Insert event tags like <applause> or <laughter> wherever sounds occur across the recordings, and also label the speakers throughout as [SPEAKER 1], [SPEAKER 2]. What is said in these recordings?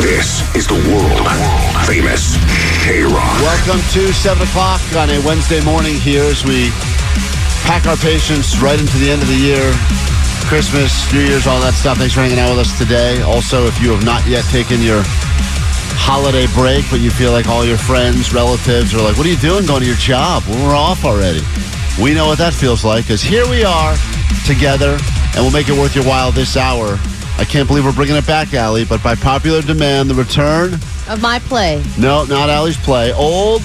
[SPEAKER 1] This is the world famous K Rock.
[SPEAKER 2] Welcome to 7 o'clock on a Wednesday morning here as we pack our patience right into the end of the year. Christmas, New Year's, all that stuff. Thanks for hanging out with us today. Also, if you have not yet taken your holiday break, but you feel like all your friends, relatives are like, what are you doing going to your job? Well, we're off already. We know what that feels like because here we are together and we'll make it worth your while this hour. I can't believe we're bringing it back, Allie, but by popular demand, the return
[SPEAKER 3] Of my play.
[SPEAKER 2] no, not Allie's play. Old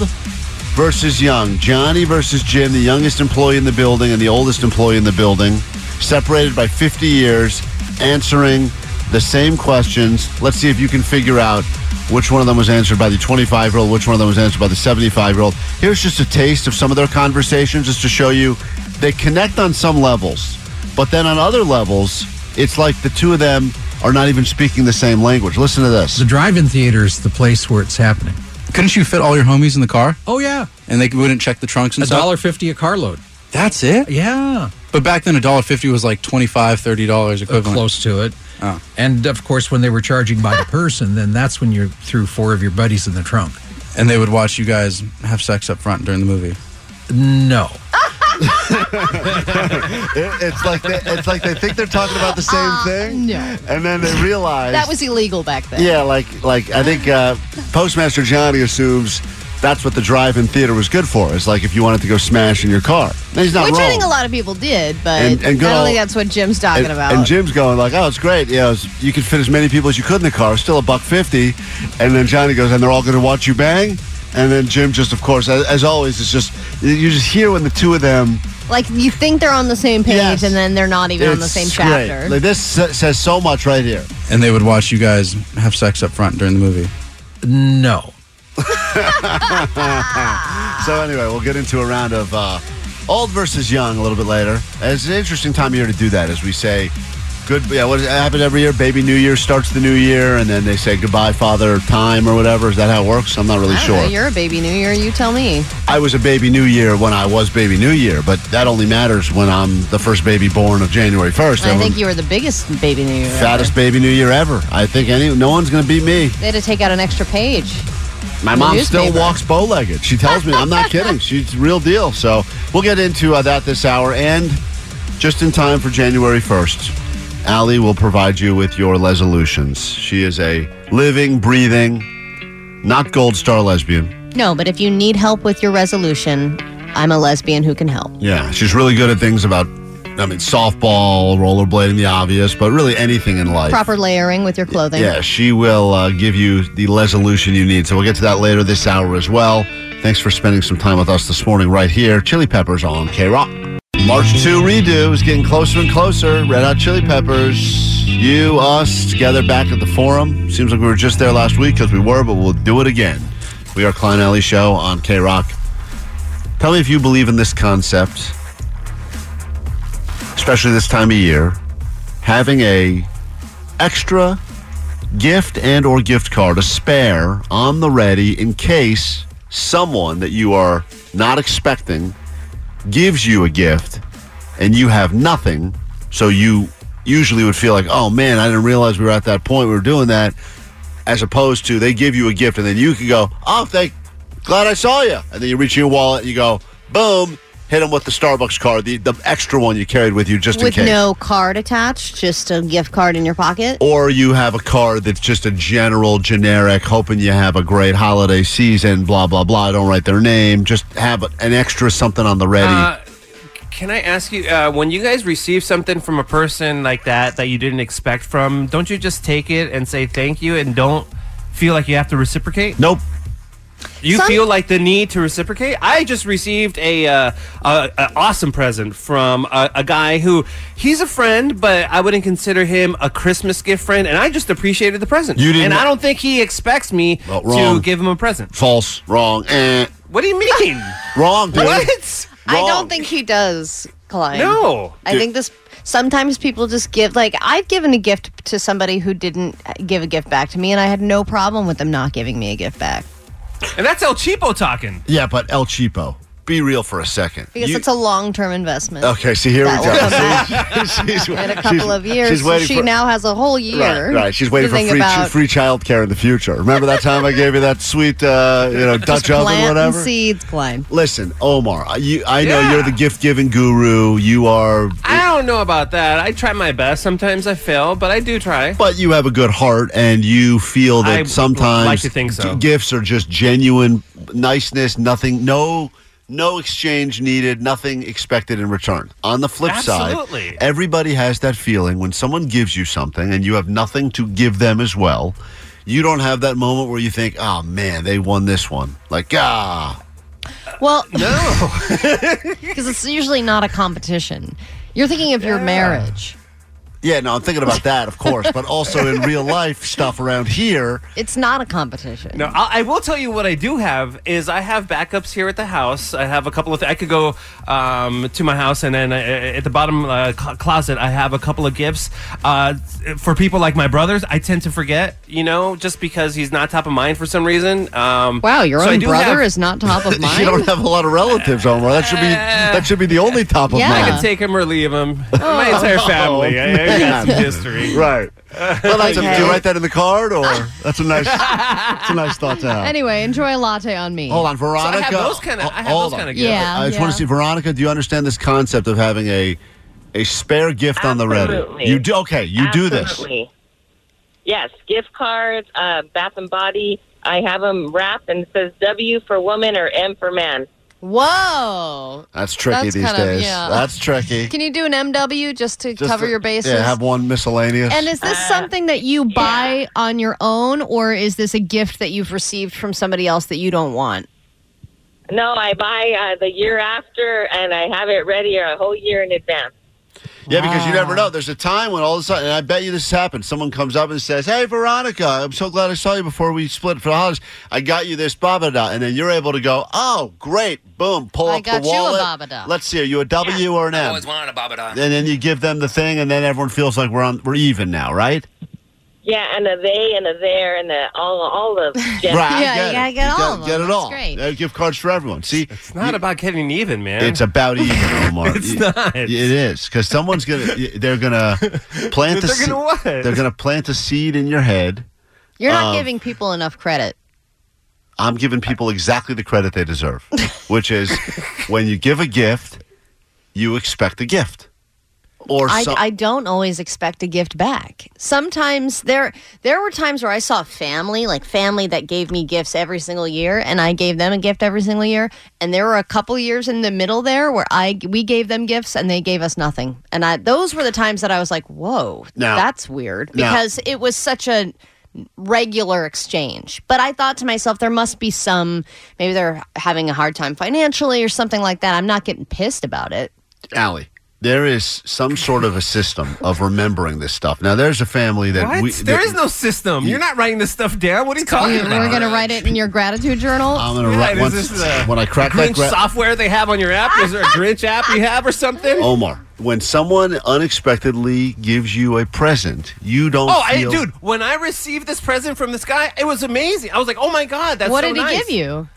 [SPEAKER 2] versus young. Johnny versus Jim, the youngest employee in the building and the oldest employee in the building, separated by 50 years, answering the same questions. Let's see if you can figure out which one of them was answered by the 25 year old, which one of them was answered by the 75 year old. Here's just a taste of some of their conversations just to show you they connect on some levels, but then on other levels, it's like the two of them are not even speaking the same language. Listen to this.
[SPEAKER 4] The drive-in theater is the place where it's happening.
[SPEAKER 5] Couldn't you fit all your homies in the car?
[SPEAKER 4] Oh yeah,
[SPEAKER 5] And they wouldn't check the trunks and
[SPEAKER 4] a
[SPEAKER 5] stuff?
[SPEAKER 4] dollar fifty a carload.
[SPEAKER 5] That's it?
[SPEAKER 4] Yeah,
[SPEAKER 5] But back then, a dollar fifty was like $25, $30
[SPEAKER 4] Uh,
[SPEAKER 5] equivalent.
[SPEAKER 4] close to it.
[SPEAKER 5] Oh.
[SPEAKER 4] And of course, when they were charging <laughs> by the person, then that's when you threw four of your buddies in the trunk.
[SPEAKER 5] And they would watch you guys have sex up front during the movie.
[SPEAKER 4] No,
[SPEAKER 2] It- it's like they, it's like they think they're talking about the same
[SPEAKER 6] Uh,
[SPEAKER 2] thing, and then they realize
[SPEAKER 3] That was illegal back then.
[SPEAKER 2] yeah, like like I think uh, Postmaster Johnny assumes that's what the drive-in theater was good for. It's like if you wanted to go smash in your car, Now, he's not
[SPEAKER 6] Which
[SPEAKER 2] wrong.
[SPEAKER 6] I think a lot of people did, but
[SPEAKER 2] And- and good
[SPEAKER 6] I don't
[SPEAKER 2] old-
[SPEAKER 6] think that's what Jim's talking
[SPEAKER 2] and,
[SPEAKER 6] about.
[SPEAKER 2] and Jim's going like, "Oh, it's great. You, know, it's- you can fit as many people as you could in the car. Still a buck fifty. And then Johnny goes, "And they're all going to watch you bang." And then Jim just, of course, as, as always, it's just you just hear when the two of them
[SPEAKER 6] like you think they're on the same page,
[SPEAKER 2] Yes.
[SPEAKER 6] and then they're not even on the
[SPEAKER 2] it's
[SPEAKER 6] same
[SPEAKER 2] great.
[SPEAKER 6] chapter.
[SPEAKER 2] Like, this s- says so much right here.
[SPEAKER 5] And they would watch you guys have sex up front during the movie.
[SPEAKER 4] no.
[SPEAKER 2] So anyway, we'll get into a round of uh, old versus young a little bit later. It's an interesting time of year to do that, as we say. Good, yeah. What does it happen every year? Baby New Year starts the new year, and then they say goodbye, Father Time, or whatever. Is that how it works? I'm not really
[SPEAKER 6] I
[SPEAKER 2] sure.
[SPEAKER 6] don't know, you're a baby New Year. You tell me.
[SPEAKER 2] I was a baby New Year when I was baby New Year, but that only matters when I'm the first baby born of January 1st.
[SPEAKER 6] I
[SPEAKER 2] Everyone-
[SPEAKER 6] think you were the biggest baby New Year. ever.
[SPEAKER 2] fattest baby New Year ever. I think any no one's going to beat me.
[SPEAKER 6] They had to take out an extra page.
[SPEAKER 2] My
[SPEAKER 6] The
[SPEAKER 2] mom still
[SPEAKER 6] newspaper.
[SPEAKER 2] walks bow legged. She tells me, I'm not kidding. She's real deal. So we'll get into uh, that this hour. And just in time for January 1st, Allie will provide you with your resolutions. She is a living, breathing, not gold star lesbian.
[SPEAKER 6] No, but if you need help with your resolution, I'm a lesbian who can help.
[SPEAKER 2] Yeah, she's really good at things about, I mean, softball, rollerblading, the obvious, but really anything in life.
[SPEAKER 6] Proper layering with your clothing.
[SPEAKER 2] Yeah, she will uh, give you the resolution you need. So we'll get to that later this hour as well. Thanks for spending some time with us this morning right here. Chili Peppers on K Rock. March 2 redo is getting closer and closer. Red Hot Chili Peppers, you, us, together back at the forum. Seems like we were just there last week because we were, but we'll do it again. We are Klein Alley Show on K Rock. Tell me if you believe in this concept, especially this time of year, having a extra gift and or gift card a spare on the ready in case someone that you are not expecting gives you a gift and you have nothing so you usually would feel like oh man i didn't realize we were at that point we were doing that as opposed to they give you a gift and then you can go oh thank glad i saw you and then you reach in your wallet and you go boom hit him with the Starbucks card, the, the extra one you carried with you just
[SPEAKER 6] With
[SPEAKER 2] in case.
[SPEAKER 6] no card attached, just a gift card in your pocket.
[SPEAKER 2] or you have a card that's just a general generic hoping you have a great holiday season blah blah blah I don't write their name just have an extra something on the ready
[SPEAKER 7] Can I ask you, uh, when you guys receive something from a person like that that you didn't expect from, don't you just take it and say thank you and don't feel like you have to reciprocate?
[SPEAKER 2] nope
[SPEAKER 7] You
[SPEAKER 6] Some-
[SPEAKER 7] feel like the need to reciprocate? I just received a, uh, a, a awesome present from a, a guy who he's a friend, but I wouldn't consider him a Christmas gift friend, and I just appreciated the present.
[SPEAKER 2] You didn't-
[SPEAKER 7] and I don't think he expects me
[SPEAKER 2] Well, wrong.
[SPEAKER 7] to give him a present.
[SPEAKER 2] false wrong eh.
[SPEAKER 7] What do
[SPEAKER 2] <laughs>
[SPEAKER 7] you mean?
[SPEAKER 2] wrong dude
[SPEAKER 7] what?
[SPEAKER 6] I
[SPEAKER 2] Wrong.
[SPEAKER 6] don't think he does, Klein.
[SPEAKER 7] No.
[SPEAKER 6] I think this. Sometimes people just give. Like I've given a gift to somebody who didn't give a gift back to me, and I had no problem with them not giving me a gift back
[SPEAKER 7] And that's El Cheapo talking.
[SPEAKER 2] yeah but El Cheapo be real for a second
[SPEAKER 6] because
[SPEAKER 2] You-
[SPEAKER 6] it's a long-term investment.
[SPEAKER 2] okay see here
[SPEAKER 6] That
[SPEAKER 2] we go
[SPEAKER 6] will come back
[SPEAKER 2] <laughs> she's,
[SPEAKER 6] <laughs> in a couple of years.
[SPEAKER 2] she's waiting
[SPEAKER 6] she
[SPEAKER 2] for-
[SPEAKER 6] now has a whole year.
[SPEAKER 2] Right, right. She's waiting
[SPEAKER 6] to
[SPEAKER 2] for
[SPEAKER 6] think
[SPEAKER 2] free
[SPEAKER 6] about
[SPEAKER 2] free child care in the future. Remember that time I gave you that sweet, uh, you
[SPEAKER 6] <laughs>
[SPEAKER 2] know, Dutch oven,
[SPEAKER 6] plant and
[SPEAKER 2] whatever.
[SPEAKER 6] seeds, Klein.
[SPEAKER 2] Listen, Omar, I- you, I know
[SPEAKER 7] Yeah.
[SPEAKER 2] you're the gift giving guru. You are,
[SPEAKER 7] I don't know about that. I try my best. Sometimes I fail, but I do try.
[SPEAKER 2] but you have a good heart, and you feel that
[SPEAKER 7] I
[SPEAKER 2] sometimes
[SPEAKER 7] like to think so.
[SPEAKER 2] g- gifts are just genuine niceness. Nothing, no, no exchange needed. Nothing expected in return. On the flip side,
[SPEAKER 7] Absolutely.
[SPEAKER 2] everybody has that feeling when someone gives you something and you have nothing to give them as well. You don't have that moment where you think, "Oh man, they won this one." Like, ah,
[SPEAKER 6] Well, no, <laughs> because it's usually not a competition. You're thinking of your marriage.
[SPEAKER 2] yeah. No, I'm thinking about that, of course, but also
[SPEAKER 6] <laughs>
[SPEAKER 2] in real life stuff around here.
[SPEAKER 6] It's not a competition.
[SPEAKER 7] No, I, I will tell you what I do have is I have backups here at the house. I have a couple of th- I could go um, to my house and then uh, at the bottom uh, cl- closet I have a couple of gifts uh, for people like my brothers. I tend to forget, you know, just because he's not top of mind for some reason. Um,
[SPEAKER 6] Wow, your
[SPEAKER 7] so I
[SPEAKER 6] own
[SPEAKER 7] do
[SPEAKER 6] brother
[SPEAKER 7] have-
[SPEAKER 6] is not top
[SPEAKER 2] <laughs>
[SPEAKER 6] of
[SPEAKER 2] You
[SPEAKER 6] mind.
[SPEAKER 2] don't have a lot of relatives, Omar. That should be that should be the only top of
[SPEAKER 6] Yeah.
[SPEAKER 2] mind.
[SPEAKER 7] I can take him or leave
[SPEAKER 6] <laughs>
[SPEAKER 7] him.
[SPEAKER 6] Oh.
[SPEAKER 7] My entire family.
[SPEAKER 2] Oh,
[SPEAKER 7] I, I
[SPEAKER 2] <laughs>
[SPEAKER 7] got some history.
[SPEAKER 2] Right. Well, that's a, do you
[SPEAKER 6] Okay.
[SPEAKER 2] write that in the card,
[SPEAKER 6] <laughs>
[SPEAKER 2] or that's a nice, that's a nice thought to have.
[SPEAKER 6] anyway, enjoy a latte on me.
[SPEAKER 2] Hold on, Veronica.
[SPEAKER 7] those kinda- I have
[SPEAKER 2] Hold
[SPEAKER 7] those
[SPEAKER 2] on.
[SPEAKER 7] kinda
[SPEAKER 6] Yeah,
[SPEAKER 2] I just want
[SPEAKER 6] yeah.
[SPEAKER 2] to see, Veronica. Do you understand this concept of having a a spare gift on the ready?
[SPEAKER 8] Absolutely.
[SPEAKER 2] You do. Okay, you do this.
[SPEAKER 8] Absolutely. Yes, gift cards, uh, Bath and Body. I have them wrapped and it says W for woman or M for man.
[SPEAKER 6] Whoa.
[SPEAKER 2] That's tricky
[SPEAKER 6] That's
[SPEAKER 2] these
[SPEAKER 6] kind of-
[SPEAKER 2] days.
[SPEAKER 6] yeah.
[SPEAKER 2] That's tricky.
[SPEAKER 6] Can you do an MW just to cover
[SPEAKER 2] to-
[SPEAKER 6] your bases?
[SPEAKER 2] Yeah, have one miscellaneous.
[SPEAKER 6] and is this something that you buy on your own, or is this a gift that you've received from somebody else that you don't want?
[SPEAKER 8] No, I buy uh, the year after and I have it ready a whole year in advance.
[SPEAKER 2] Yeah, because you never know. There's a time when all of a sudden, and I bet you this has happened. Someone comes up and says, "Hey, Veronica, I'm so glad I saw you before we split for the holidays. I got you this babada," and then you're able to go, "Oh, great! Boom! Pull
[SPEAKER 6] I
[SPEAKER 2] up
[SPEAKER 6] got
[SPEAKER 2] the
[SPEAKER 6] you a
[SPEAKER 2] wallet.
[SPEAKER 6] Babada.
[SPEAKER 2] Let's see, are you a W or an M?
[SPEAKER 9] wanted a Babadon.
[SPEAKER 2] And then you give them the thing, and then everyone feels like we're on, we're even now, right?
[SPEAKER 8] Yeah, and a they and a there and a all all the gender.
[SPEAKER 2] <laughs> Right. I
[SPEAKER 6] Yeah, you gotta get
[SPEAKER 2] You
[SPEAKER 6] all
[SPEAKER 2] got-
[SPEAKER 6] of them.
[SPEAKER 2] Get it
[SPEAKER 6] That's
[SPEAKER 2] all.
[SPEAKER 6] great.
[SPEAKER 2] Uh, Gift cards for everyone. See,
[SPEAKER 7] It's not about getting even, man.
[SPEAKER 2] It's about even,
[SPEAKER 6] <laughs>
[SPEAKER 2] Omar. it's
[SPEAKER 7] not.
[SPEAKER 2] It is because someone's gonna. They're
[SPEAKER 6] <laughs>
[SPEAKER 2] gonna plant. the
[SPEAKER 7] They're gonna
[SPEAKER 2] se-
[SPEAKER 7] what?
[SPEAKER 2] They're gonna plant a seed in your head.
[SPEAKER 6] You're
[SPEAKER 2] Um,
[SPEAKER 6] not giving people enough credit.
[SPEAKER 2] I'm giving people exactly the credit they deserve, which is when you give a gift, you expect a gift. Or
[SPEAKER 6] I,
[SPEAKER 2] some,
[SPEAKER 6] I don't always expect a gift back. Sometimes there there were times where I saw family, like family that gave me gifts every single year, and I gave them a gift every single year. And there were a couple years in the middle there where I we gave them gifts and they gave us nothing. And I those were the times that I was like, "Whoa,
[SPEAKER 2] Now-
[SPEAKER 6] that's weird,"
[SPEAKER 2] now-
[SPEAKER 6] because it was such a regular exchange. But I thought to myself, there must be some. Maybe they're having a hard time financially or something like that. I'm not getting pissed about it.
[SPEAKER 2] Allie, there is some sort of a system of remembering this stuff. Now, there's a family that
[SPEAKER 7] What?
[SPEAKER 2] we.
[SPEAKER 7] there
[SPEAKER 2] that-
[SPEAKER 7] is no system. You're not writing this stuff down. What are you talking about?
[SPEAKER 6] We're gonna write it in your gratitude journal.
[SPEAKER 2] I'm gonna write
[SPEAKER 7] Right, is uh,
[SPEAKER 2] once
[SPEAKER 7] this the
[SPEAKER 2] when I crack that
[SPEAKER 7] Grinch
[SPEAKER 2] gra-
[SPEAKER 7] software they have on your app? Is there a Grinch app you have or something? Oh,
[SPEAKER 2] Omar, when someone unexpectedly gives you a present, you don't.
[SPEAKER 7] I,
[SPEAKER 2] feel-
[SPEAKER 7] Oh, dude, when I received this present from this guy, it was amazing. I was like, oh my god, that's
[SPEAKER 6] what
[SPEAKER 7] so
[SPEAKER 6] did
[SPEAKER 7] nice.
[SPEAKER 6] he give you?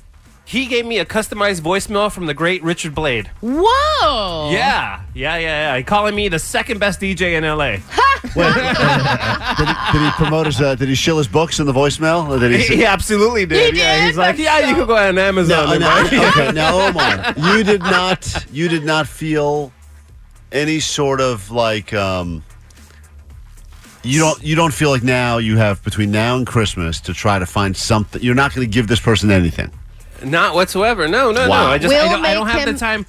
[SPEAKER 7] He gave me a customized voicemail from the great Richard Blade.
[SPEAKER 3] Whoa.
[SPEAKER 7] Yeah, yeah, yeah, yeah. Calling me the second best DJ
[SPEAKER 6] <laughs>
[SPEAKER 7] in LA.
[SPEAKER 2] did, he, did he promote his? Uh, did he shill his books in the voicemail? Or did
[SPEAKER 7] <laughs>
[SPEAKER 2] he?
[SPEAKER 7] He, he absolutely did.
[SPEAKER 3] He
[SPEAKER 7] yeah,
[SPEAKER 3] did?
[SPEAKER 7] he's like, yeah, you could go on Amazon.
[SPEAKER 2] no,
[SPEAKER 7] and buy
[SPEAKER 2] no, okay, now oh Omar, you did not. You did not feel any sort of like. Um, you don't. You don't feel like now you have between now and Christmas to try to find something. You're not going to give this person anything.
[SPEAKER 7] Not whatsoever. No, no,
[SPEAKER 2] Wow.
[SPEAKER 7] no. I just I
[SPEAKER 3] We'll
[SPEAKER 7] don't, I don't
[SPEAKER 3] make
[SPEAKER 7] have
[SPEAKER 3] him-
[SPEAKER 7] the time.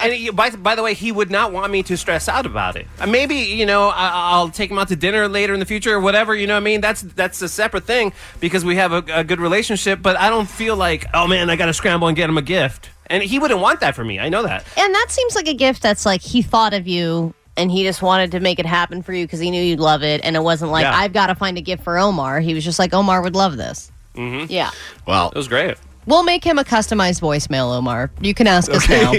[SPEAKER 7] And he, by, by the way, he would not want me to stress out about it. Uh, Maybe you know I, I'll take him out to dinner later in the future or whatever. You know what I mean? That's that's a separate thing because we have a, a good relationship. But I don't feel like oh man, I got to scramble and get him a gift. And he wouldn't want that for me. I know that.
[SPEAKER 6] And that seems like a gift that's like he thought of you and he just wanted to make it happen for you because he knew you'd love it. And it wasn't like,
[SPEAKER 7] Yeah.
[SPEAKER 6] I've got to find a gift for Omar. He was just like, Omar would love this.
[SPEAKER 2] Mm-hmm.
[SPEAKER 3] Yeah.
[SPEAKER 2] Well,
[SPEAKER 7] It was great.
[SPEAKER 6] We'll make him a customized voicemail, Omar. You can ask
[SPEAKER 2] <laughs>
[SPEAKER 6] us now.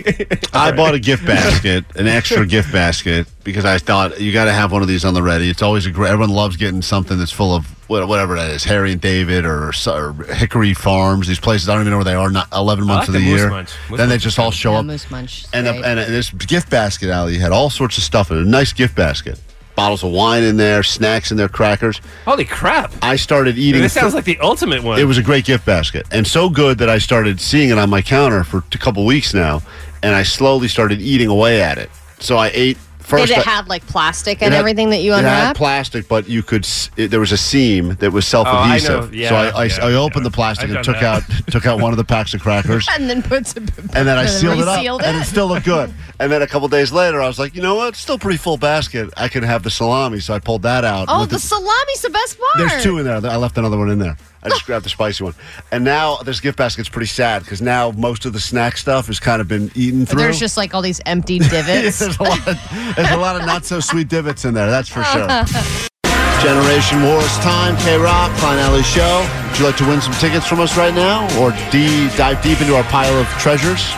[SPEAKER 2] I bought a gift basket, an extra gift basket, because I thought you got to have one of these on the ready. It's always a great. Everyone loves getting something that's full of wha- whatever that is, Harry and David or, so- or Hickory Farms. These places I don't even know where they are. Not eleven months
[SPEAKER 7] like
[SPEAKER 2] of
[SPEAKER 7] the
[SPEAKER 2] the
[SPEAKER 7] Moose
[SPEAKER 2] year.
[SPEAKER 7] Munch. Moose
[SPEAKER 2] Then they
[SPEAKER 7] Munch
[SPEAKER 2] just all show
[SPEAKER 6] Yeah,
[SPEAKER 2] up.
[SPEAKER 6] Moose Munch.
[SPEAKER 2] And, a,
[SPEAKER 6] Right.
[SPEAKER 2] and a, this gift basket alley had all sorts of stuff in it. A nice gift basket. Bottles of wine in there, snacks in there, crackers.
[SPEAKER 7] Holy crap!
[SPEAKER 2] I started eating.
[SPEAKER 7] This sounds
[SPEAKER 2] fr-
[SPEAKER 7] like the ultimate one.
[SPEAKER 2] it was a great gift basket and so good that I started seeing it on my counter for a couple weeks now, and I slowly started eating away at it. So I ate first.
[SPEAKER 6] Did it
[SPEAKER 2] I-
[SPEAKER 6] have like plastic
[SPEAKER 2] it
[SPEAKER 6] and
[SPEAKER 2] had-
[SPEAKER 6] everything that you
[SPEAKER 2] it had
[SPEAKER 6] unwrap?
[SPEAKER 2] plastic, but you could. s- It, there was a seam that was
[SPEAKER 7] Oh, I know.
[SPEAKER 2] self-adhesive.
[SPEAKER 7] Yeah,
[SPEAKER 2] so I, I,
[SPEAKER 7] yeah,
[SPEAKER 2] I opened
[SPEAKER 7] yeah.
[SPEAKER 2] the plastic
[SPEAKER 7] I've
[SPEAKER 2] and
[SPEAKER 7] done
[SPEAKER 2] took
[SPEAKER 7] that.
[SPEAKER 2] out took out one of the packs of crackers,
[SPEAKER 6] and then put some.
[SPEAKER 2] <laughs> and
[SPEAKER 6] <laughs>
[SPEAKER 2] then I sealed it up,
[SPEAKER 6] resealed
[SPEAKER 2] and
[SPEAKER 6] it?
[SPEAKER 2] it still looked good. <laughs> And then a couple days later, I was like, you know what? It's still a pretty full basket. I can have the salami, so I pulled that out.
[SPEAKER 6] Oh,
[SPEAKER 2] with
[SPEAKER 6] the salami's the best part.
[SPEAKER 2] there's two in there. I left another one in there. I just grabbed the spicy one. And now this gift basket's pretty sad because now most of the snack stuff has kind of been eaten through.
[SPEAKER 6] There's just like all these
[SPEAKER 2] <laughs>
[SPEAKER 6] empty divots.
[SPEAKER 2] there's, a lot of, there's a lot of not so sweet divots in there, that's for sure. Generation Wars time, K Rock, Klein Alley Show. Would you like to win some tickets from us right now or de- dive deep into our pile of treasures?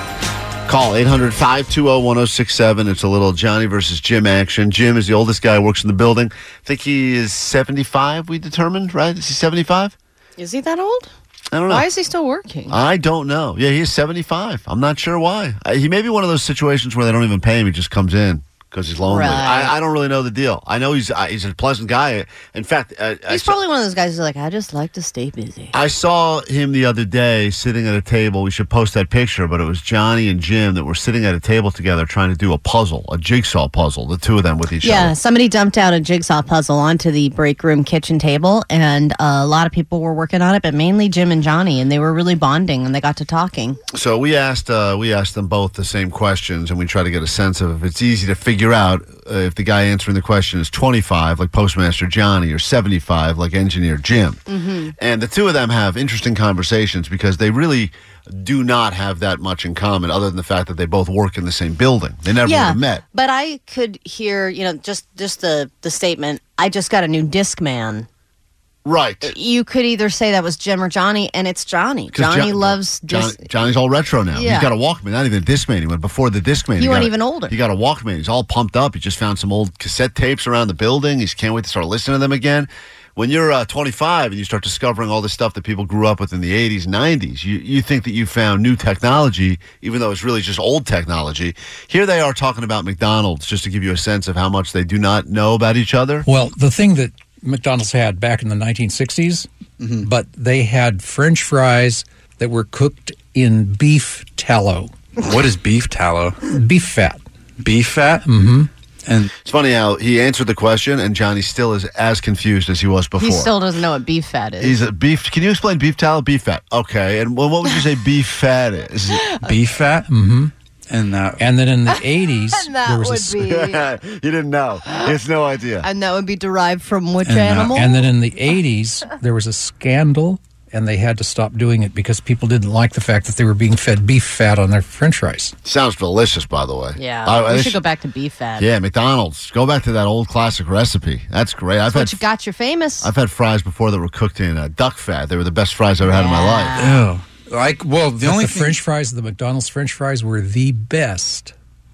[SPEAKER 2] Call 800 520 1067. It's a little Johnny versus Jim action. Jim is the oldest guy, works in the building. I think he is 75, we determined, right? Is he 75?
[SPEAKER 6] Is he that old?
[SPEAKER 2] I don't know.
[SPEAKER 6] Why is he still working?
[SPEAKER 2] I don't know. Yeah, he's 75. I'm not sure why. I, he may be one of those situations where they don't even pay him. He just comes in because he's lonely.
[SPEAKER 6] Right.
[SPEAKER 2] I, I don't really know the deal. I know he's I, he's a pleasant guy. In fact, I, I
[SPEAKER 6] He's
[SPEAKER 2] saw-
[SPEAKER 6] probably one of those guys who's like, I just like to stay busy.
[SPEAKER 2] I saw him the other day sitting at a table. We should post that picture, but it was Johnny and Jim that were sitting at a table together trying to do a puzzle, a jigsaw puzzle, the two of them with each
[SPEAKER 6] Yeah,
[SPEAKER 2] other.
[SPEAKER 6] somebody dumped out a jigsaw puzzle onto the break room kitchen table, and a lot of people were working on it, but mainly Jim and Johnny, and they were really bonding, and they got to talking.
[SPEAKER 2] So we asked uh, we asked them both the same questions, and we try to get a sense of if it's easy to figure out uh, if the guy answering the question is 25, like Postmaster Johnny, or 75, like Engineer Jim. Mm-hmm. And the two of them have interesting conversations because they really do not have that much in common, other than the fact that they both work in the same building. They never would
[SPEAKER 6] yeah,
[SPEAKER 2] have met.
[SPEAKER 6] but I could hear, you know, just just the the statement. I just got a new disc man.
[SPEAKER 2] Right.
[SPEAKER 6] You could either say that was Jim or Johnny, and it's Johnny. Johnny loves
[SPEAKER 2] Johnny,
[SPEAKER 6] disc.
[SPEAKER 2] Johnny's all retro now. He's
[SPEAKER 6] Yeah.
[SPEAKER 2] got a Walkman, not even a Discman. He went before the Discman.
[SPEAKER 6] You
[SPEAKER 2] got
[SPEAKER 6] weren't
[SPEAKER 2] a-
[SPEAKER 6] even older.
[SPEAKER 2] He got a Walkman. He's all pumped up. He just found some old cassette tapes around the building. He just can't wait to start listening to them again. When you're uh, 25 and you start discovering all the stuff that people grew up with in the 80s, 90s, you, you think that you found new technology, even though it's really just old technology. Here they are talking about McDonald's, just to give you a sense of how much they do not know about each other.
[SPEAKER 4] Well, the thing that McDonald's had back in the 1960s, but they had French fries that were cooked in beef tallow,
[SPEAKER 5] What is beef tallow?
[SPEAKER 4] beef fat.
[SPEAKER 5] Beef fat? Mm-hmm. And
[SPEAKER 2] It's funny how he answered the question, and Johnny still is as confused as he was before.
[SPEAKER 6] He still doesn't know what beef fat is.
[SPEAKER 2] He's a beef. Can you explain beef tallow? Beef fat. Okay. And well, what would you say
[SPEAKER 6] <laughs>
[SPEAKER 2] beef fat is?
[SPEAKER 5] beef fat? Mm-hmm. And that.
[SPEAKER 4] And then in <laughs> the 80s, there was a s-
[SPEAKER 2] <laughs>
[SPEAKER 6] be,
[SPEAKER 2] you didn't know. He has no idea.
[SPEAKER 6] and that would be derived from which
[SPEAKER 5] And, uh,
[SPEAKER 6] animal?
[SPEAKER 4] And then in the 80s, there was a scandal, and they had to stop doing it because people didn't like the fact that they were being fed beef fat on their french fries.
[SPEAKER 2] Sounds delicious, by the way.
[SPEAKER 6] yeah,
[SPEAKER 2] I- I
[SPEAKER 6] we
[SPEAKER 2] wish-
[SPEAKER 6] should go back to beef fat.
[SPEAKER 2] Yeah, McDonald's. Go back to that old classic recipe. That's great. I've had
[SPEAKER 6] Which got you famous.
[SPEAKER 2] I've had fries before that were cooked in uh, duck fat. They were the best fries I ever had in my life.
[SPEAKER 5] Oh. Like, well, the only
[SPEAKER 4] the
[SPEAKER 5] thing-
[SPEAKER 4] french fries, the McDonald's french fries were the best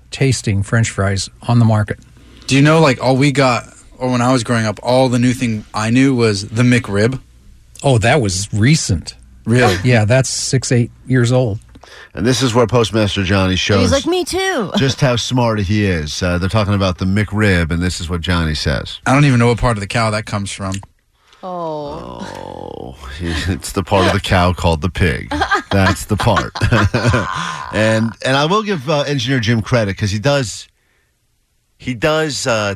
[SPEAKER 4] tasting french fries on the market.
[SPEAKER 5] Do you know, like, all we got, or when I was growing up, all the new thing I knew was the McRib.
[SPEAKER 4] Oh, that was recent.
[SPEAKER 5] Really?
[SPEAKER 4] Yeah, that's six, eight years old.
[SPEAKER 2] And this is where Postmaster Johnny
[SPEAKER 6] And
[SPEAKER 2] shows
[SPEAKER 6] he's like, <laughs> me too.
[SPEAKER 2] just how smart he is. Uh, they're talking about the McRib, and this is what Johnny says.
[SPEAKER 5] I don't even know what part of the cow that comes from.
[SPEAKER 6] Oh.
[SPEAKER 2] <laughs> it's the part of the cow called the pig. That's the part. <laughs> and and I will give uh, engineer Jim credit because he does he does uh,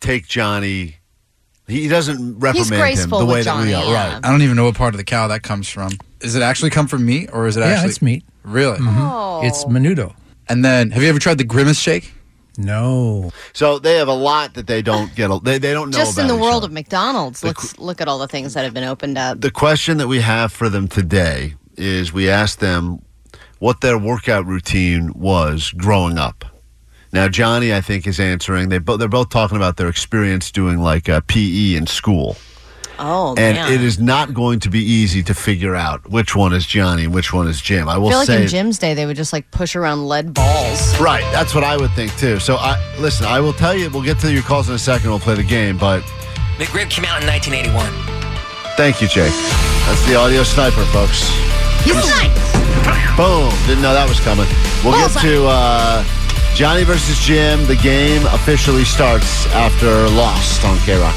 [SPEAKER 2] take Johnny. He doesn't reprimand him
[SPEAKER 6] graceful
[SPEAKER 2] the
[SPEAKER 6] with
[SPEAKER 2] way
[SPEAKER 6] Johnny,
[SPEAKER 2] that we are.
[SPEAKER 6] yeah.
[SPEAKER 2] Right.
[SPEAKER 5] I don't even know what part of the cow that comes from. Does it actually come from meat or is it actually
[SPEAKER 4] Yeah, it's meat. Mm-hmm.
[SPEAKER 5] Really?
[SPEAKER 6] Oh.
[SPEAKER 4] It's menudo.
[SPEAKER 5] And then have you ever tried the grimace shake?
[SPEAKER 4] No.
[SPEAKER 2] So they have a lot that they don't get. They they don't know
[SPEAKER 6] just in
[SPEAKER 2] about
[SPEAKER 6] the
[SPEAKER 2] each
[SPEAKER 6] world
[SPEAKER 2] other.
[SPEAKER 6] of McDonald's. Let's look at all the things that have been opened up.
[SPEAKER 2] The question that we have for them today is we asked them what their workout routine was growing up. Now Johnny, I think, is answering. They bo- they're both talking about their experience doing like uh, PE in school,
[SPEAKER 6] Oh,
[SPEAKER 2] and
[SPEAKER 6] man.
[SPEAKER 2] it is not going to be easy to figure out which one is Johnny and which one is Jim. I will
[SPEAKER 6] I feel like
[SPEAKER 2] say,
[SPEAKER 6] in Jim's day, they would just like push around lead balls.
[SPEAKER 2] right? That's what I would think too. So I listen. I will tell you. We'll get to your calls in a second. We'll play the game, but
[SPEAKER 9] McRib came out in 1981.
[SPEAKER 2] thank you, Jake. That's the audio sniper, folks.
[SPEAKER 6] He's nice.
[SPEAKER 2] Boom. Didn't know that was coming. We'll
[SPEAKER 6] Bullseye.
[SPEAKER 2] get to uh, Johnny versus Jim. The game officially starts after Lost on K Rock.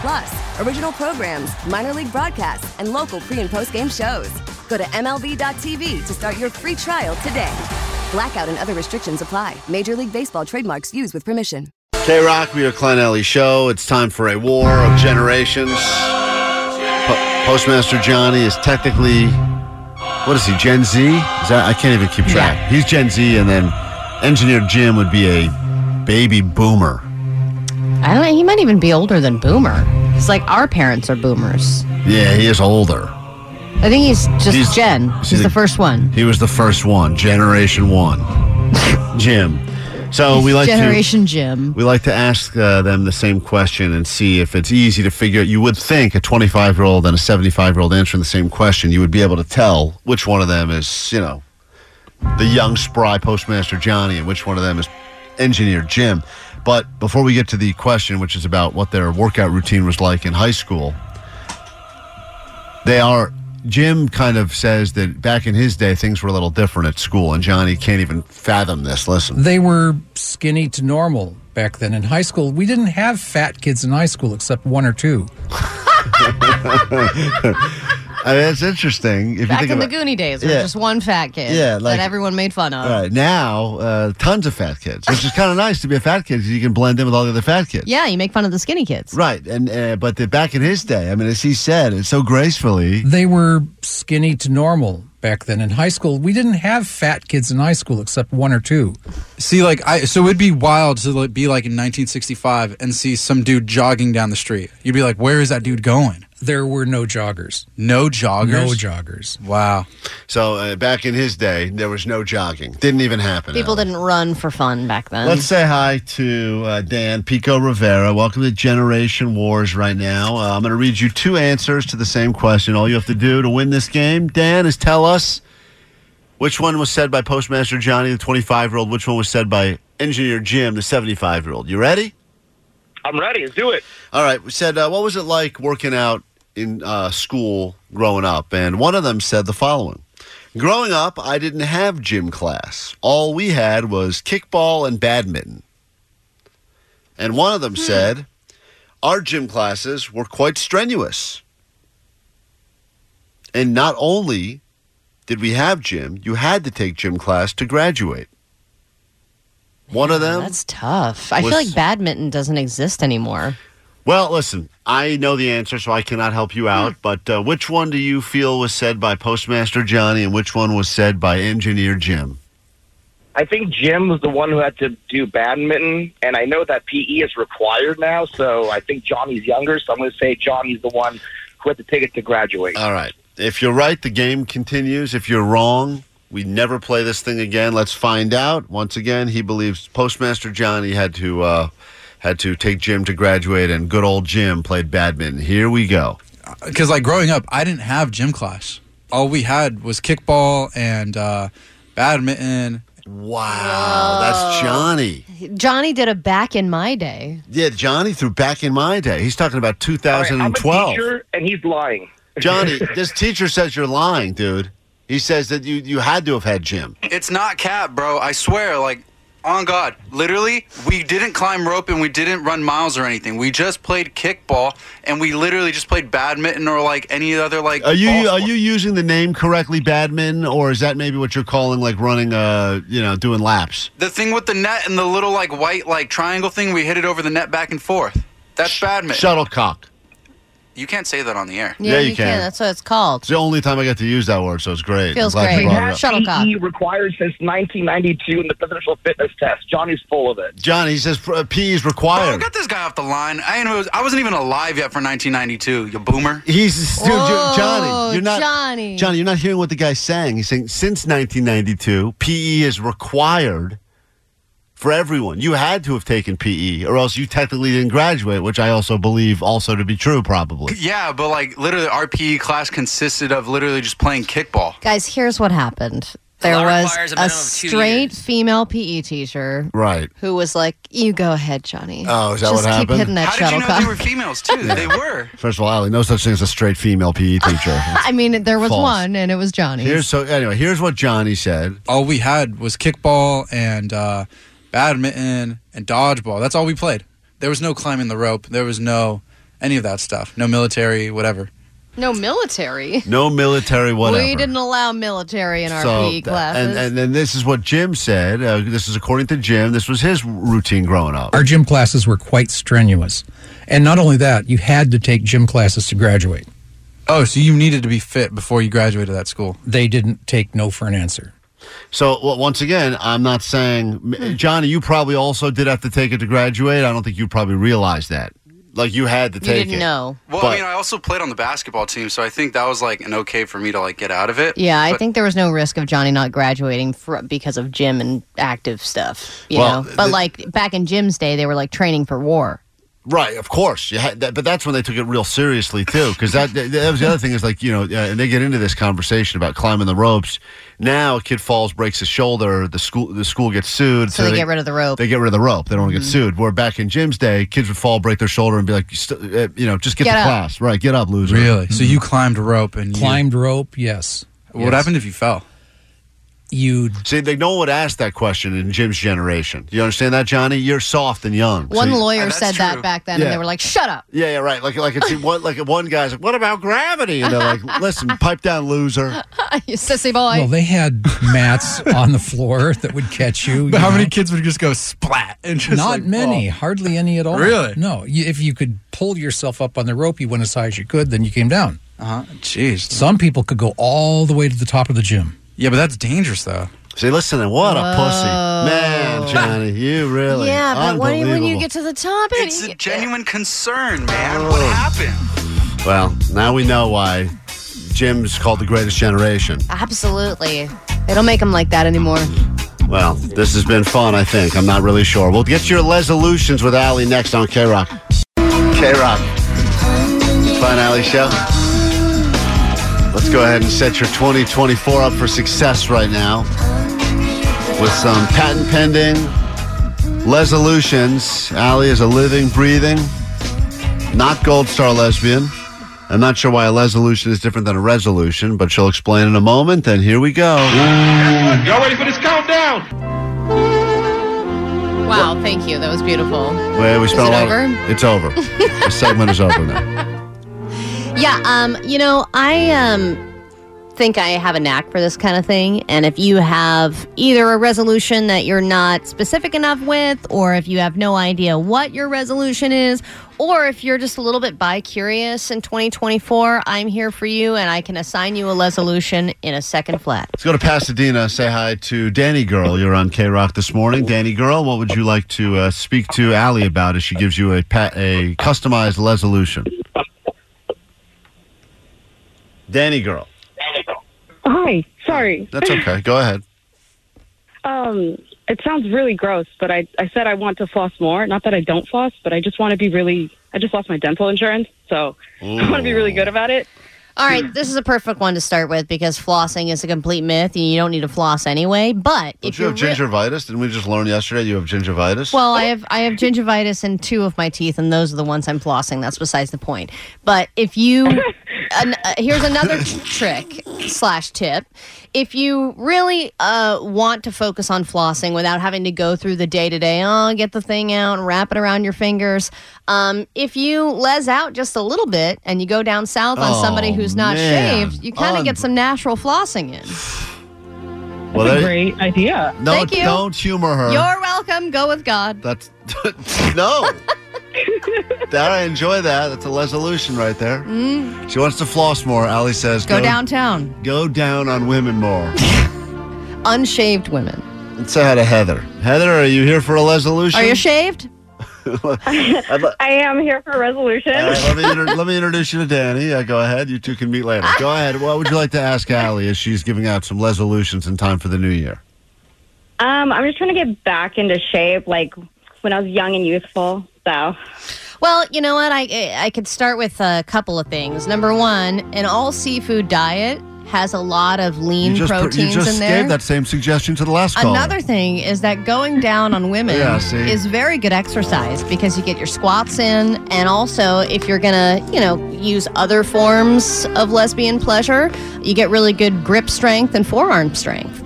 [SPEAKER 10] Plus, original programs, minor league broadcasts, and local pre and post game shows. Go to MLB.tv to start your free trial today. Blackout and other restrictions apply. Major League Baseball trademarks used with permission.
[SPEAKER 2] K Rock, we are Klein Alley Show. It's time for a war of generations. Po- Postmaster Johnny is technically, what is he, Gen Z? Is that, I can't even keep track. He's Gen Z, and then Engineer Jim would be a baby boomer.
[SPEAKER 6] I don't know. He might even be older than Boomer. He's like, our parents are Boomers.
[SPEAKER 2] Yeah, he is older.
[SPEAKER 6] I think he's just
[SPEAKER 2] He's-
[SPEAKER 6] Jen.
[SPEAKER 2] he's
[SPEAKER 6] He's,
[SPEAKER 2] the-
[SPEAKER 6] the first one.
[SPEAKER 2] He was the first one, Generation One, <laughs> Jim. So Oh, we like to
[SPEAKER 6] Generation Jim.
[SPEAKER 2] We like to ask uh, them the same question and see if it's easy to figure. You would think a 25 year old and a 75 year old answering the same question, you would be able to tell which one of them is, you know, the young spry postmaster Johnny and which one of them is engineer Jim. But before we get to the question, which is about what their workout routine was like in high school, they are. Jim kind of says that back in his day, things were a little different at school, and Johnny can't even fathom this.
[SPEAKER 6] <laughs>
[SPEAKER 2] Listen.
[SPEAKER 4] They were skinny to normal back then. In high school, we didn't have fat kids in high school except one or two.
[SPEAKER 2] I mean, that's interesting. If you
[SPEAKER 6] Back
[SPEAKER 2] think
[SPEAKER 6] in the
[SPEAKER 2] about,
[SPEAKER 6] Goonie days, we
[SPEAKER 2] Yeah.
[SPEAKER 6] were just one fat kid
[SPEAKER 2] Yeah, like-
[SPEAKER 6] that everyone made fun of.
[SPEAKER 2] All right, now uh, tons of fat kids, which is kind of nice to be a fat kid because you can blend in with all the other fat kids.
[SPEAKER 6] Yeah, you make fun of the skinny kids.
[SPEAKER 2] Right, and uh, but the, back in his day, I mean, as he said, it's so gracefully.
[SPEAKER 4] They were skinny to normal back then. In high school, we didn't have fat kids in high school except one or two.
[SPEAKER 5] See, like I so it'd be wild to like, be like in 1965 and see some dude jogging down the street. You'd be like, where is that dude going?
[SPEAKER 4] There were no joggers.
[SPEAKER 5] No joggers.
[SPEAKER 4] No joggers.
[SPEAKER 5] Wow.
[SPEAKER 2] So uh, back in his day, there was no jogging; didn't even happen.
[SPEAKER 6] People
[SPEAKER 2] Alan.
[SPEAKER 6] didn't run for fun back then.
[SPEAKER 2] Let's say hi to uh, Dan Pico Rivera. Welcome to Generation Wars right now. Uh, I'm going to read you two answers to the same question. All you have to do to win this game, Dan, is tell us which one was said by Postmaster Johnny, the 25 year old, which one was said by Engineer Jim, the 75 year old. You ready?
[SPEAKER 9] I'm ready. Let's do it.
[SPEAKER 2] All right. We said, uh, what was it like working out in uh, school growing up? And one of them said the following Growing up, I didn't have gym class. All we had was kickball and badminton. And one of them said, Our gym classes were quite strenuous. And not only did we have gym, you had to take gym class to graduate. One of them.
[SPEAKER 6] That's tough. I feel
[SPEAKER 2] was-
[SPEAKER 6] like badminton doesn't exist anymore.
[SPEAKER 2] Well, listen, I know the answer, so I cannot help you out. But uh, which one do you feel was said by Postmaster Johnny, and which one was said by Engineer Jim?
[SPEAKER 9] I think Jim was the one who had to do badminton, and I know that PE is required now, so I think Johnny's younger, so I'm going to say Johnny's the one who had to take it to graduate.
[SPEAKER 2] All right. If you're right, the game continues. If you're wrong, we never play this thing again. Let's find out. Once again, he believes Postmaster Johnny had to uh, had to take Jim to graduate, and good old Jim played badminton. Here we go.
[SPEAKER 5] because like growing up, I didn't have gym class. All we had was kickball and uh, badminton.
[SPEAKER 2] Wow, that's Johnny.
[SPEAKER 6] Johnny did a back in my day.
[SPEAKER 2] Yeah, Johnny threw back in my day. He's talking about 2012.
[SPEAKER 9] Teacher, and he's lying.
[SPEAKER 2] Johnny, this teacher says you're lying, dude. He says that you, you had to have had Jim.
[SPEAKER 5] It's not cap, bro. I swear, like on God, literally, we didn't climb rope and we didn't run miles or anything. We just played kickball and we literally just played badminton or like any other like.
[SPEAKER 2] Are you
[SPEAKER 5] ball
[SPEAKER 2] are you using the name correctly, Badminton, or is that maybe what you're calling like running uh you know doing laps?
[SPEAKER 5] The thing with the net and the little like white like triangle thing, we hit it over the net back and forth. That's badminton.
[SPEAKER 2] Shuttlecock.
[SPEAKER 5] You can't say that on the air.
[SPEAKER 2] Yeah, Yeah, you you can. can.
[SPEAKER 6] That's what it's called.
[SPEAKER 2] It's the only time I get to use that word, so it's great.
[SPEAKER 6] Feels
[SPEAKER 2] I'm glad you
[SPEAKER 6] great.
[SPEAKER 2] brought it up.
[SPEAKER 8] E
[SPEAKER 6] Shuttlecock.
[SPEAKER 9] PE required since 1992 in the physical fitness test. Johnny's full of it.
[SPEAKER 2] Johnny he says uh, P is required.
[SPEAKER 5] Get this guy off the line. I ain't, I wasn't even alive yet for 1992. You boomer. <laughs>
[SPEAKER 2] He's dude, you're- Johnny. You're not
[SPEAKER 6] Johnny.
[SPEAKER 2] Johnny. You're not hearing what the guy's saying. He's saying since 1992, PE E is required for everyone. You had to have taken PE, or else you technically didn't graduate, which I also believe also to be true, probably.
[SPEAKER 6] <laughs>
[SPEAKER 5] Yeah, but like literally, our PE class consisted of literally just playing kickball.
[SPEAKER 6] Guys, here's what happened. There
[SPEAKER 5] law
[SPEAKER 6] was
[SPEAKER 5] requires a
[SPEAKER 6] a
[SPEAKER 5] minimum of two
[SPEAKER 6] straight female PE teacher
[SPEAKER 2] Right.
[SPEAKER 6] who was like, "You go ahead, Johnny."
[SPEAKER 2] Oh, is that
[SPEAKER 6] Just
[SPEAKER 2] what
[SPEAKER 6] Keep
[SPEAKER 2] happened?
[SPEAKER 6] hitting that
[SPEAKER 5] How did you know
[SPEAKER 6] shuttlecock.
[SPEAKER 5] they
[SPEAKER 6] <laughs>
[SPEAKER 5] were females too? They were.
[SPEAKER 2] First of all, Ali, no such thing as a straight female PE
[SPEAKER 6] <laughs>
[SPEAKER 2] teacher.
[SPEAKER 6] I mean, there was
[SPEAKER 2] False.
[SPEAKER 6] one, and it was Johnny.
[SPEAKER 2] here's so anyway. Here's what Johnny said.
[SPEAKER 5] All we had was kickball and uh, badminton and dodgeball. That's all we played. There was no climbing the rope. There was no any of that stuff. No military, whatever.
[SPEAKER 6] no military.
[SPEAKER 2] No military whatever.
[SPEAKER 6] We didn't allow military in our PE
[SPEAKER 2] th-
[SPEAKER 6] classes.
[SPEAKER 2] And, and then this is what Jim said. Uh, this is according to Jim. This was his routine growing up.
[SPEAKER 4] Our gym classes were quite strenuous. And not only that, you had to take gym classes to graduate.
[SPEAKER 5] Oh, so you needed to be fit before you graduated that school.
[SPEAKER 4] They didn't take no for an answer.
[SPEAKER 2] So well, once again, I'm not saying
[SPEAKER 6] Hmm.
[SPEAKER 2] m Johnny. You probably also did have to take it to graduate. I don't think you probably realized that. Like you had to take it.
[SPEAKER 5] Well,
[SPEAKER 2] But-
[SPEAKER 5] I mean, I also played on the basketball team, so I think that was like an okay for me to like get out of it.
[SPEAKER 6] yeah, I
[SPEAKER 5] But-
[SPEAKER 6] think there was no risk of Johnny not graduating for, because of gym and active stuff. You
[SPEAKER 2] Well,
[SPEAKER 6] know, but like back in Jim's day, they were like training for war.
[SPEAKER 2] Right, of course. You had that, but that's when they took it real seriously too, because that, that that was the other thing is like you know, uh, and they get into this conversation about climbing the ropes. Now, a kid falls, breaks his shoulder. The school the school gets sued,
[SPEAKER 6] So they get rid of the Hmm. rope.
[SPEAKER 2] They get rid of the rope. They don't want to get sued. Where back in Jim's day, kids would fall, break their shoulder, and be like, you, st- uh, you know, just get,
[SPEAKER 6] Get
[SPEAKER 2] the
[SPEAKER 6] up.
[SPEAKER 2] class. Right, get up, loser.
[SPEAKER 5] Really? So you climbed a rope and you-
[SPEAKER 4] Mm-hmm. Climbed rope, yes.
[SPEAKER 5] What
[SPEAKER 4] Yes.
[SPEAKER 5] happened if you fell?
[SPEAKER 4] You
[SPEAKER 2] See, they no one would ask that question in Jim's generation. You understand that, Johnny? You're soft and young.
[SPEAKER 6] One
[SPEAKER 2] So you-
[SPEAKER 6] lawyer said that back then,
[SPEAKER 2] Yeah.
[SPEAKER 6] and they were like, "Shut up." <laughs>
[SPEAKER 2] Yeah, yeah, right. Like, like it's one, like one guy's like, "What about gravity?" And they're like,
[SPEAKER 6] <laughs>
[SPEAKER 2] "Listen, pipe down, loser."
[SPEAKER 6] you sissy boy.
[SPEAKER 4] Well, they had
[SPEAKER 5] <laughs>
[SPEAKER 4] mats on the floor that would catch you.
[SPEAKER 5] But
[SPEAKER 4] you
[SPEAKER 5] how
[SPEAKER 4] know.
[SPEAKER 5] many kids would just go splat and just
[SPEAKER 4] Not
[SPEAKER 5] like,
[SPEAKER 4] many,
[SPEAKER 5] fall?
[SPEAKER 4] hardly any at all.
[SPEAKER 5] Really?
[SPEAKER 4] No. You, if you could pull yourself up on the rope, you went as high as you could, then you came down.
[SPEAKER 5] Uh-huh. Jeez.
[SPEAKER 4] Some people could go all the way to the top of the gym.
[SPEAKER 5] Yeah, but that's dangerous though.
[SPEAKER 2] See, listen, and what a pussy, man, Johnny. You really,
[SPEAKER 6] yeah, but when, you- when you
[SPEAKER 2] unbelievable.
[SPEAKER 6] get to the top, and
[SPEAKER 5] It's
[SPEAKER 6] you-
[SPEAKER 5] a genuine concern, man.
[SPEAKER 4] Oh.
[SPEAKER 5] What happened?
[SPEAKER 2] well, now we know why Jim's called the greatest generation.
[SPEAKER 6] absolutely, they don't make them like that anymore.
[SPEAKER 2] Well, this has been fun. I think I'm not really sure. We'll get your resolutions with Allie next on K Rock. K Rock, fun Allie show. Let's go ahead and set your 2024 up for success right now with some patent pending resolutions. Allie is a living, breathing, not gold star lesbian. I'm not sure why a resolution is different than a resolution, but she'll explain in a moment. And here we go.
[SPEAKER 9] Y'all ready for this countdown?
[SPEAKER 6] Wow, thank you. That was beautiful.
[SPEAKER 2] Well, we
[SPEAKER 6] Is
[SPEAKER 2] spent
[SPEAKER 6] it
[SPEAKER 2] a lot of-
[SPEAKER 6] over?
[SPEAKER 2] it's
[SPEAKER 6] <laughs>
[SPEAKER 2] over. the segment is over now.
[SPEAKER 6] Yeah, um, you know, I um think I have a knack for this kind of thing. And if you have either a resolution that you're not specific enough with, or if you have no idea what your resolution is, or if you're just a little bit bi curious in 2024, I'm here for you and I can assign you a resolution in a second flat.
[SPEAKER 2] Let's go to Pasadena. Say hi to Danny Girl. You're on K Rock this morning. Danny Girl, what would you like to uh, speak to Allie about as she gives you a pa- a customized resolution? Danny Girl.
[SPEAKER 8] Hi. Sorry.
[SPEAKER 2] That's okay. Go
[SPEAKER 6] <laughs>
[SPEAKER 2] ahead.
[SPEAKER 8] Um, it sounds really gross, but I, I said I want to floss more. Not that I don't floss, but I just want to be really. I just lost my dental insurance, so I want to be really good about it.
[SPEAKER 6] All right, this is a perfect one to start with because flossing is a complete myth and you don't need to floss anyway. But
[SPEAKER 2] Don't
[SPEAKER 6] if
[SPEAKER 2] you
[SPEAKER 6] you're
[SPEAKER 2] have
[SPEAKER 6] re-
[SPEAKER 2] gingivitis? Didn't we just learn yesterday you have gingivitis?
[SPEAKER 6] Well, I have I have gingivitis in two of my teeth, and those are the ones I'm flossing. That's besides the point. But if you, an, uh, here's another trick slash tip. If you really uh, want to focus on flossing without having to go through the day to day, oh, get the thing out and wrap it around your fingers. Um, if you les out just a little bit and you go down south on somebody
[SPEAKER 2] Oh,
[SPEAKER 6] who's not
[SPEAKER 2] man.
[SPEAKER 6] shaved, you kind of get some natural flossing in.
[SPEAKER 2] Well,
[SPEAKER 8] That's a
[SPEAKER 2] there-
[SPEAKER 8] great idea.
[SPEAKER 2] No,
[SPEAKER 6] Thank you.
[SPEAKER 2] don't humor her.
[SPEAKER 6] You're welcome. Go with God.
[SPEAKER 2] That's <laughs> no. that I enjoy that. That's a resolution right there.
[SPEAKER 6] Mm,
[SPEAKER 2] She wants to floss more. Allie says,
[SPEAKER 6] go downtown.
[SPEAKER 2] Go down on women more.
[SPEAKER 6] unshaved women.
[SPEAKER 2] Let's say hi to Heather. Heather, are you here for a resolution?
[SPEAKER 6] Are you shaved?
[SPEAKER 2] I'd li-
[SPEAKER 11] I am here for a resolution.
[SPEAKER 2] All right, let, me inter- let me introduce you to Danny. Uh, go ahead. You two can meet later. Go ahead. What would you like to ask Allie as she's giving out some resolutions in time for the new year?
[SPEAKER 11] um, I'm just trying to get back into shape, like when I was young and youthful. So
[SPEAKER 6] Well, you know what? I- I I could start with a couple of things. Number one, an all seafood diet has a lot of lean
[SPEAKER 2] you just, pr-
[SPEAKER 6] proteins
[SPEAKER 2] you just
[SPEAKER 6] in
[SPEAKER 2] gave
[SPEAKER 6] there.
[SPEAKER 2] that same suggestion to the last caller.
[SPEAKER 6] Another thing is that going down on women
[SPEAKER 2] Yeah, see.
[SPEAKER 6] is very good exercise because you get your squats in, and also if you're gonna, you know, use other forms of lesbian pleasure, you get really good grip strength and forearm strength.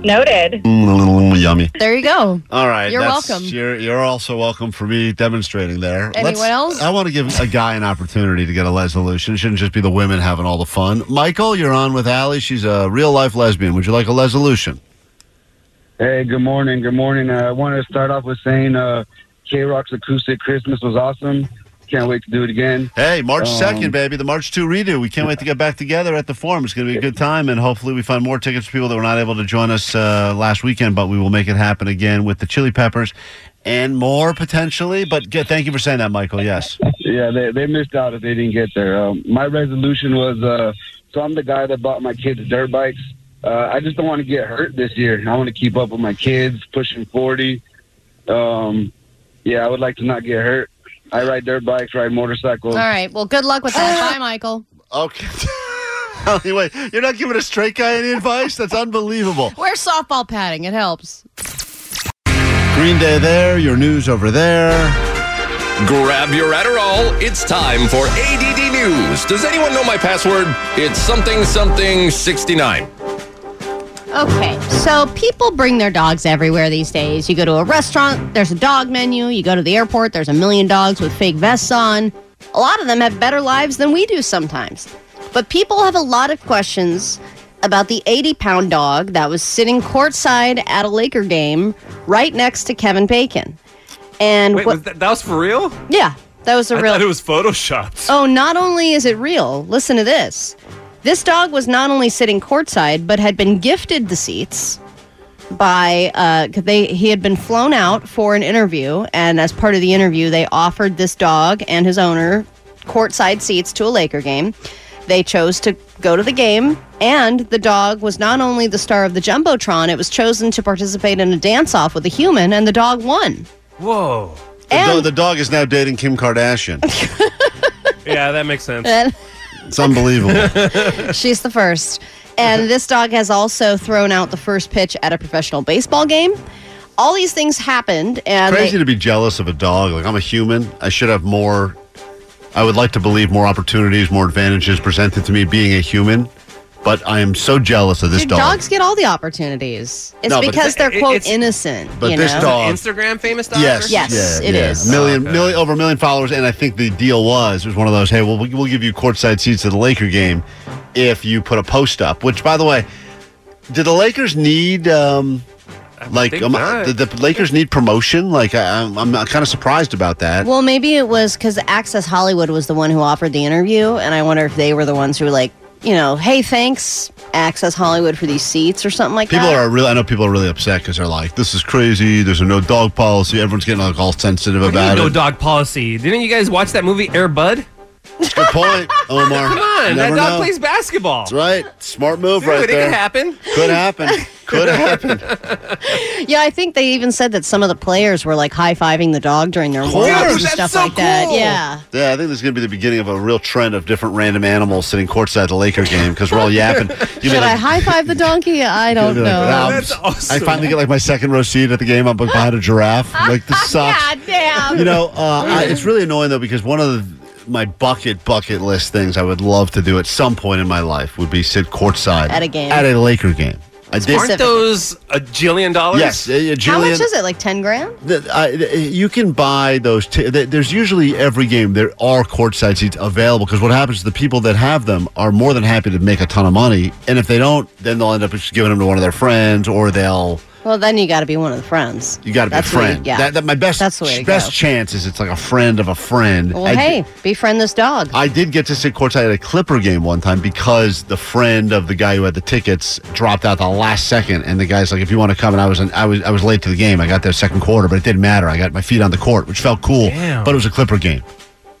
[SPEAKER 11] Noted.
[SPEAKER 2] Mm, yummy.
[SPEAKER 6] There you go.
[SPEAKER 2] All right.
[SPEAKER 6] You're
[SPEAKER 2] that's-
[SPEAKER 6] welcome.
[SPEAKER 2] You're, you're also welcome for me demonstrating there.
[SPEAKER 6] Anyone else?
[SPEAKER 2] I want to give a guy an opportunity to get a resolution. It shouldn't just be the women having all the fun. Michael, you're on with Allie. She's a real life lesbian. Would you like a resolution?
[SPEAKER 12] Hey, good morning. Good morning. Uh, I wanted to start off with saying uh, K Rock's acoustic Christmas was awesome. Can't wait to do it again.
[SPEAKER 2] Hey, March
[SPEAKER 12] Um,
[SPEAKER 2] 2nd, baby, the March 2 redo. We can't wait to get back together at the Forum. It's going to be a good time, and hopefully, we find more tickets for people that were not able to join us uh, last weekend, but we will make it happen again with the Chili Peppers and more potentially. But get, thank you for saying that, Michael. Yes.
[SPEAKER 12] Yeah, they, they missed out if they didn't get there. Um, my resolution was uh, so I'm the guy that bought my kids dirt bikes. Uh, I just don't want to get hurt this year. I want to keep up with my kids, pushing 40. Um, yeah, I would like to not get hurt. I ride dirt bikes, ride motorcycles.
[SPEAKER 6] All right. Well, good luck with
[SPEAKER 2] <laughs>
[SPEAKER 6] that. Bye, Michael.
[SPEAKER 2] Okay. <laughs> anyway, you're not giving a straight guy any advice? That's unbelievable.
[SPEAKER 6] Wear softball padding. It helps.
[SPEAKER 2] Green Day there, your news over there.
[SPEAKER 13] Grab your Adderall. It's time for ADD News. Does anyone know my password? It's something something 69.
[SPEAKER 6] Okay, so people bring their dogs everywhere these days. You go to a restaurant, there's a dog menu. You go to the airport, there's a million dogs with fake vests on. A lot of them have better lives than we do sometimes. But people have a lot of questions about the 80 pound dog that was sitting courtside at a Laker game right next to Kevin Bacon. And
[SPEAKER 7] Wait,
[SPEAKER 6] what-
[SPEAKER 7] was that, that was for real?
[SPEAKER 6] yeah, that was a
[SPEAKER 7] I
[SPEAKER 6] real.
[SPEAKER 7] thought it was photoshopped.
[SPEAKER 6] Oh, not only is it real, listen to this. This dog was not only sitting courtside, but had been gifted the seats by uh 'cause they he had been flown out for an interview and as part of the interview they offered this dog and his owner courtside seats to a Laker game. They chose to go to the game and the dog was not only the star of the Jumbotron, it was chosen to participate in a dance off with a human and the dog won.
[SPEAKER 2] Whoa. The, do- the dog is now dating Kim Kardashian.
[SPEAKER 14] yeah, that makes
[SPEAKER 2] Uh,
[SPEAKER 14] sense.
[SPEAKER 6] And-
[SPEAKER 3] <laughs>
[SPEAKER 2] It's unbelievable.
[SPEAKER 6] She's the first. And this dog has also thrown out the first pitch at a professional baseball game. All these things happened, and
[SPEAKER 2] Crazy
[SPEAKER 6] they-
[SPEAKER 2] to be jealous of a dog. Like I'm a human. I should have more. I would like to believe more opportunities, more advantages presented to me being a human. But I am so jealous of this
[SPEAKER 3] Dude,
[SPEAKER 2] dog.
[SPEAKER 3] dogs get all the opportunities. It's
[SPEAKER 2] No, but
[SPEAKER 3] because
[SPEAKER 2] th-
[SPEAKER 3] they're
[SPEAKER 2] it-
[SPEAKER 3] quote
[SPEAKER 2] it's-
[SPEAKER 3] innocent.
[SPEAKER 2] but
[SPEAKER 3] you
[SPEAKER 2] this
[SPEAKER 3] know?
[SPEAKER 2] dog-
[SPEAKER 7] Instagram famous dog?
[SPEAKER 2] Yes,
[SPEAKER 3] Yes,
[SPEAKER 2] yeah,
[SPEAKER 3] it
[SPEAKER 2] yeah.
[SPEAKER 3] is.
[SPEAKER 2] A million, million, over a million followers, and I think the deal was it was one of those. Hey, well, we'll give you courtside seats to the Laker game if you put a post up. Which, by the way, do the Lakers need um, like
[SPEAKER 3] think
[SPEAKER 2] um,
[SPEAKER 3] not.
[SPEAKER 2] the, the Lakers need promotion? Like, I, I'm, I'm kind of surprised about that.
[SPEAKER 6] Well, maybe it was because Access Hollywood was the one who offered the interview, and I wonder if they were the ones who were like, you know, hey, thanks, Access Hollywood, for these seats or something like
[SPEAKER 2] People
[SPEAKER 6] that.
[SPEAKER 2] are really. I know people are really upset because they're like, "This is crazy. There's a no dog policy. Everyone's getting like all sensitive
[SPEAKER 7] What do you mean
[SPEAKER 2] about
[SPEAKER 7] no
[SPEAKER 2] it."
[SPEAKER 7] dog policy. Didn't you guys watch that movie Air Bud?
[SPEAKER 2] Good point, Omar.
[SPEAKER 7] <laughs> Come on, that
[SPEAKER 2] Never
[SPEAKER 7] dog
[SPEAKER 2] know.
[SPEAKER 7] plays basketball. That's
[SPEAKER 2] right. Smart move,
[SPEAKER 7] Dude,
[SPEAKER 2] right
[SPEAKER 7] it
[SPEAKER 2] there.
[SPEAKER 7] could happen.
[SPEAKER 2] Could
[SPEAKER 7] <laughs>
[SPEAKER 2] happen. Could happen.
[SPEAKER 6] yeah, I think they even said that some of the players were like high fiving the dog during their
[SPEAKER 2] course.
[SPEAKER 6] warm-ups and
[SPEAKER 2] That's
[SPEAKER 6] stuff
[SPEAKER 2] so
[SPEAKER 6] like that.
[SPEAKER 2] cool.
[SPEAKER 6] Yeah.
[SPEAKER 2] Yeah, I think this is going to be the beginning of a real trend of different random animals sitting courtside the Laker game because we're all
[SPEAKER 6] <laughs>
[SPEAKER 2] yapping. You
[SPEAKER 6] Should
[SPEAKER 2] mean,
[SPEAKER 6] I
[SPEAKER 2] like,
[SPEAKER 6] high five the donkey? I
[SPEAKER 2] you'll
[SPEAKER 6] don't
[SPEAKER 2] be
[SPEAKER 6] know.
[SPEAKER 2] like, "Nah, I'm- I finally get like my second row seat at the game. I'm behind a
[SPEAKER 6] <laughs>
[SPEAKER 2] giraffe. Like this sucks.
[SPEAKER 6] God damn.
[SPEAKER 2] You know, uh, I, it's really annoying though because one of the, my bucket bucket list things I would love to do at some point in my life would be sit courtside
[SPEAKER 6] At a game.
[SPEAKER 2] at a Laker game. I did.
[SPEAKER 7] Aren't those a jillion dollars?
[SPEAKER 2] Yes, a- a
[SPEAKER 6] How
[SPEAKER 2] jillion-
[SPEAKER 6] much is it? Like 10 grand?
[SPEAKER 2] The- I- the- you can buy those. T- th- there's usually every game there are courtside seats available because what happens is the people that have them are more than happy to make a ton of money, and if they don't, then they'll end up just giving them to one of their friends or they'll
[SPEAKER 6] Well, then you got to be one of the friends.
[SPEAKER 2] you got to be a
[SPEAKER 6] That's the way-
[SPEAKER 2] friend.
[SPEAKER 6] yeah.
[SPEAKER 2] that, that my best
[SPEAKER 6] That's the way to
[SPEAKER 2] best
[SPEAKER 6] go.
[SPEAKER 2] chance is it's like a friend of a friend.
[SPEAKER 6] Well,
[SPEAKER 2] I di-
[SPEAKER 6] hey, befriend this dog.
[SPEAKER 2] I did get to sit courtside at a Clipper game one time because the friend of the guy who had the tickets dropped out the last second, and the guy's like, "If you want to come," and I was an, I was I was late to the game. I got there second quarter, but it didn't matter. I got my feet on the court, which felt cool, but it was a Clipper game.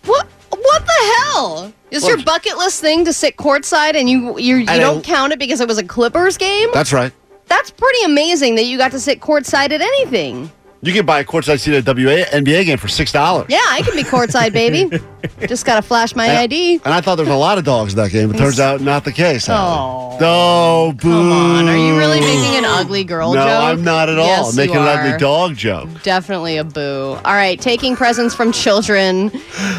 [SPEAKER 6] What? What the hell? Is
[SPEAKER 2] Well,
[SPEAKER 6] your bucket list thing to sit courtside and you you, you
[SPEAKER 2] I
[SPEAKER 6] don't
[SPEAKER 2] don't-
[SPEAKER 6] count it because it was a Clippers game?
[SPEAKER 2] That's right.
[SPEAKER 6] That's pretty amazing that you got to sit courtside at anything.
[SPEAKER 2] You can buy a courtside seat at a WA NBA game for six dollars.
[SPEAKER 6] Yeah, I can be
[SPEAKER 2] <laughs>
[SPEAKER 6] courtside, baby. Just gotta flash my
[SPEAKER 2] And-
[SPEAKER 6] ID.
[SPEAKER 2] And I thought there was a lot of dogs in that game, but turns out not the case. Oh, no, boo! Come on,
[SPEAKER 6] Are you really making an ugly girl
[SPEAKER 2] no,
[SPEAKER 6] joke?
[SPEAKER 2] I'm not at all
[SPEAKER 6] Yes,
[SPEAKER 2] making
[SPEAKER 6] you
[SPEAKER 2] an
[SPEAKER 6] are.
[SPEAKER 2] ugly dog joke.
[SPEAKER 6] Definitely a boo. All right, taking presents from children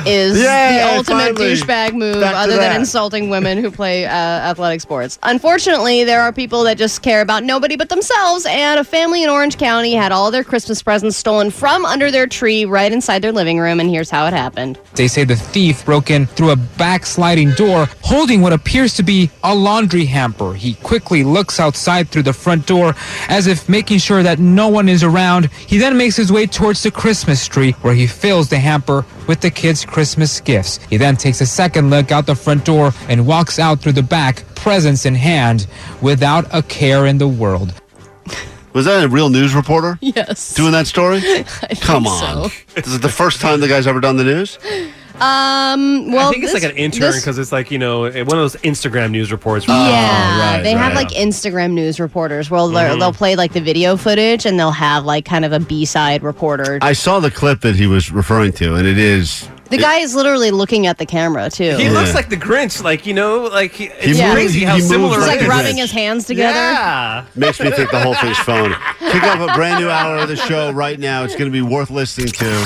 [SPEAKER 6] is
[SPEAKER 2] Yay,
[SPEAKER 6] the ultimate
[SPEAKER 2] finally.
[SPEAKER 6] douchebag move,
[SPEAKER 2] Back to
[SPEAKER 6] other than
[SPEAKER 2] that.
[SPEAKER 6] insulting women who play uh, athletic sports. Unfortunately, there are people that just care about nobody but themselves, and a family in Orange County had all their Christmas presents stolen from under their tree right inside their living room, and here's how it happened.
[SPEAKER 12] They say the thief broke in through a backsliding door holding what appears to be a laundry hamper. He quickly looks outside through the front door as if making sure that no one is around. He then makes his way towards the Christmas tree where he fills the hamper with the kids' Christmas gifts. He then takes a second look out the front door and walks out through the back, presents in hand, without a care in the world.
[SPEAKER 2] Was that a real news
[SPEAKER 6] <laughs>
[SPEAKER 2] reporter?
[SPEAKER 6] Yes.
[SPEAKER 2] Doing that story? Come
[SPEAKER 6] think
[SPEAKER 2] on. This is the first time the guy's ever done the news?
[SPEAKER 6] Um, well,
[SPEAKER 7] I think it's
[SPEAKER 6] this-
[SPEAKER 7] like an intern
[SPEAKER 6] this-
[SPEAKER 7] because it's like, you know, eh, one of those Instagram news reports. Oh,
[SPEAKER 6] Yeah, they have like Instagram news reporters where they'll,
[SPEAKER 7] Mhm.
[SPEAKER 6] they'll play like the video footage and they'll have like kind of a B side reporter.
[SPEAKER 2] I saw the clip that he was referring to, and it is.
[SPEAKER 6] the guy is literally looking at the camera too.
[SPEAKER 7] He
[SPEAKER 2] Yeah.
[SPEAKER 7] looks like the Grinch, like you know, like he, it's
[SPEAKER 2] moves-
[SPEAKER 7] crazy
[SPEAKER 2] he-
[SPEAKER 7] how
[SPEAKER 2] he moves
[SPEAKER 7] similar.
[SPEAKER 2] like
[SPEAKER 6] He's like
[SPEAKER 2] the
[SPEAKER 6] rubbing
[SPEAKER 2] Grinch.
[SPEAKER 6] his hands together.
[SPEAKER 7] Yeah.
[SPEAKER 2] Makes me think the whole thing's phony. Pick up a brand new hour of the show right now. It's going to be worth listening to.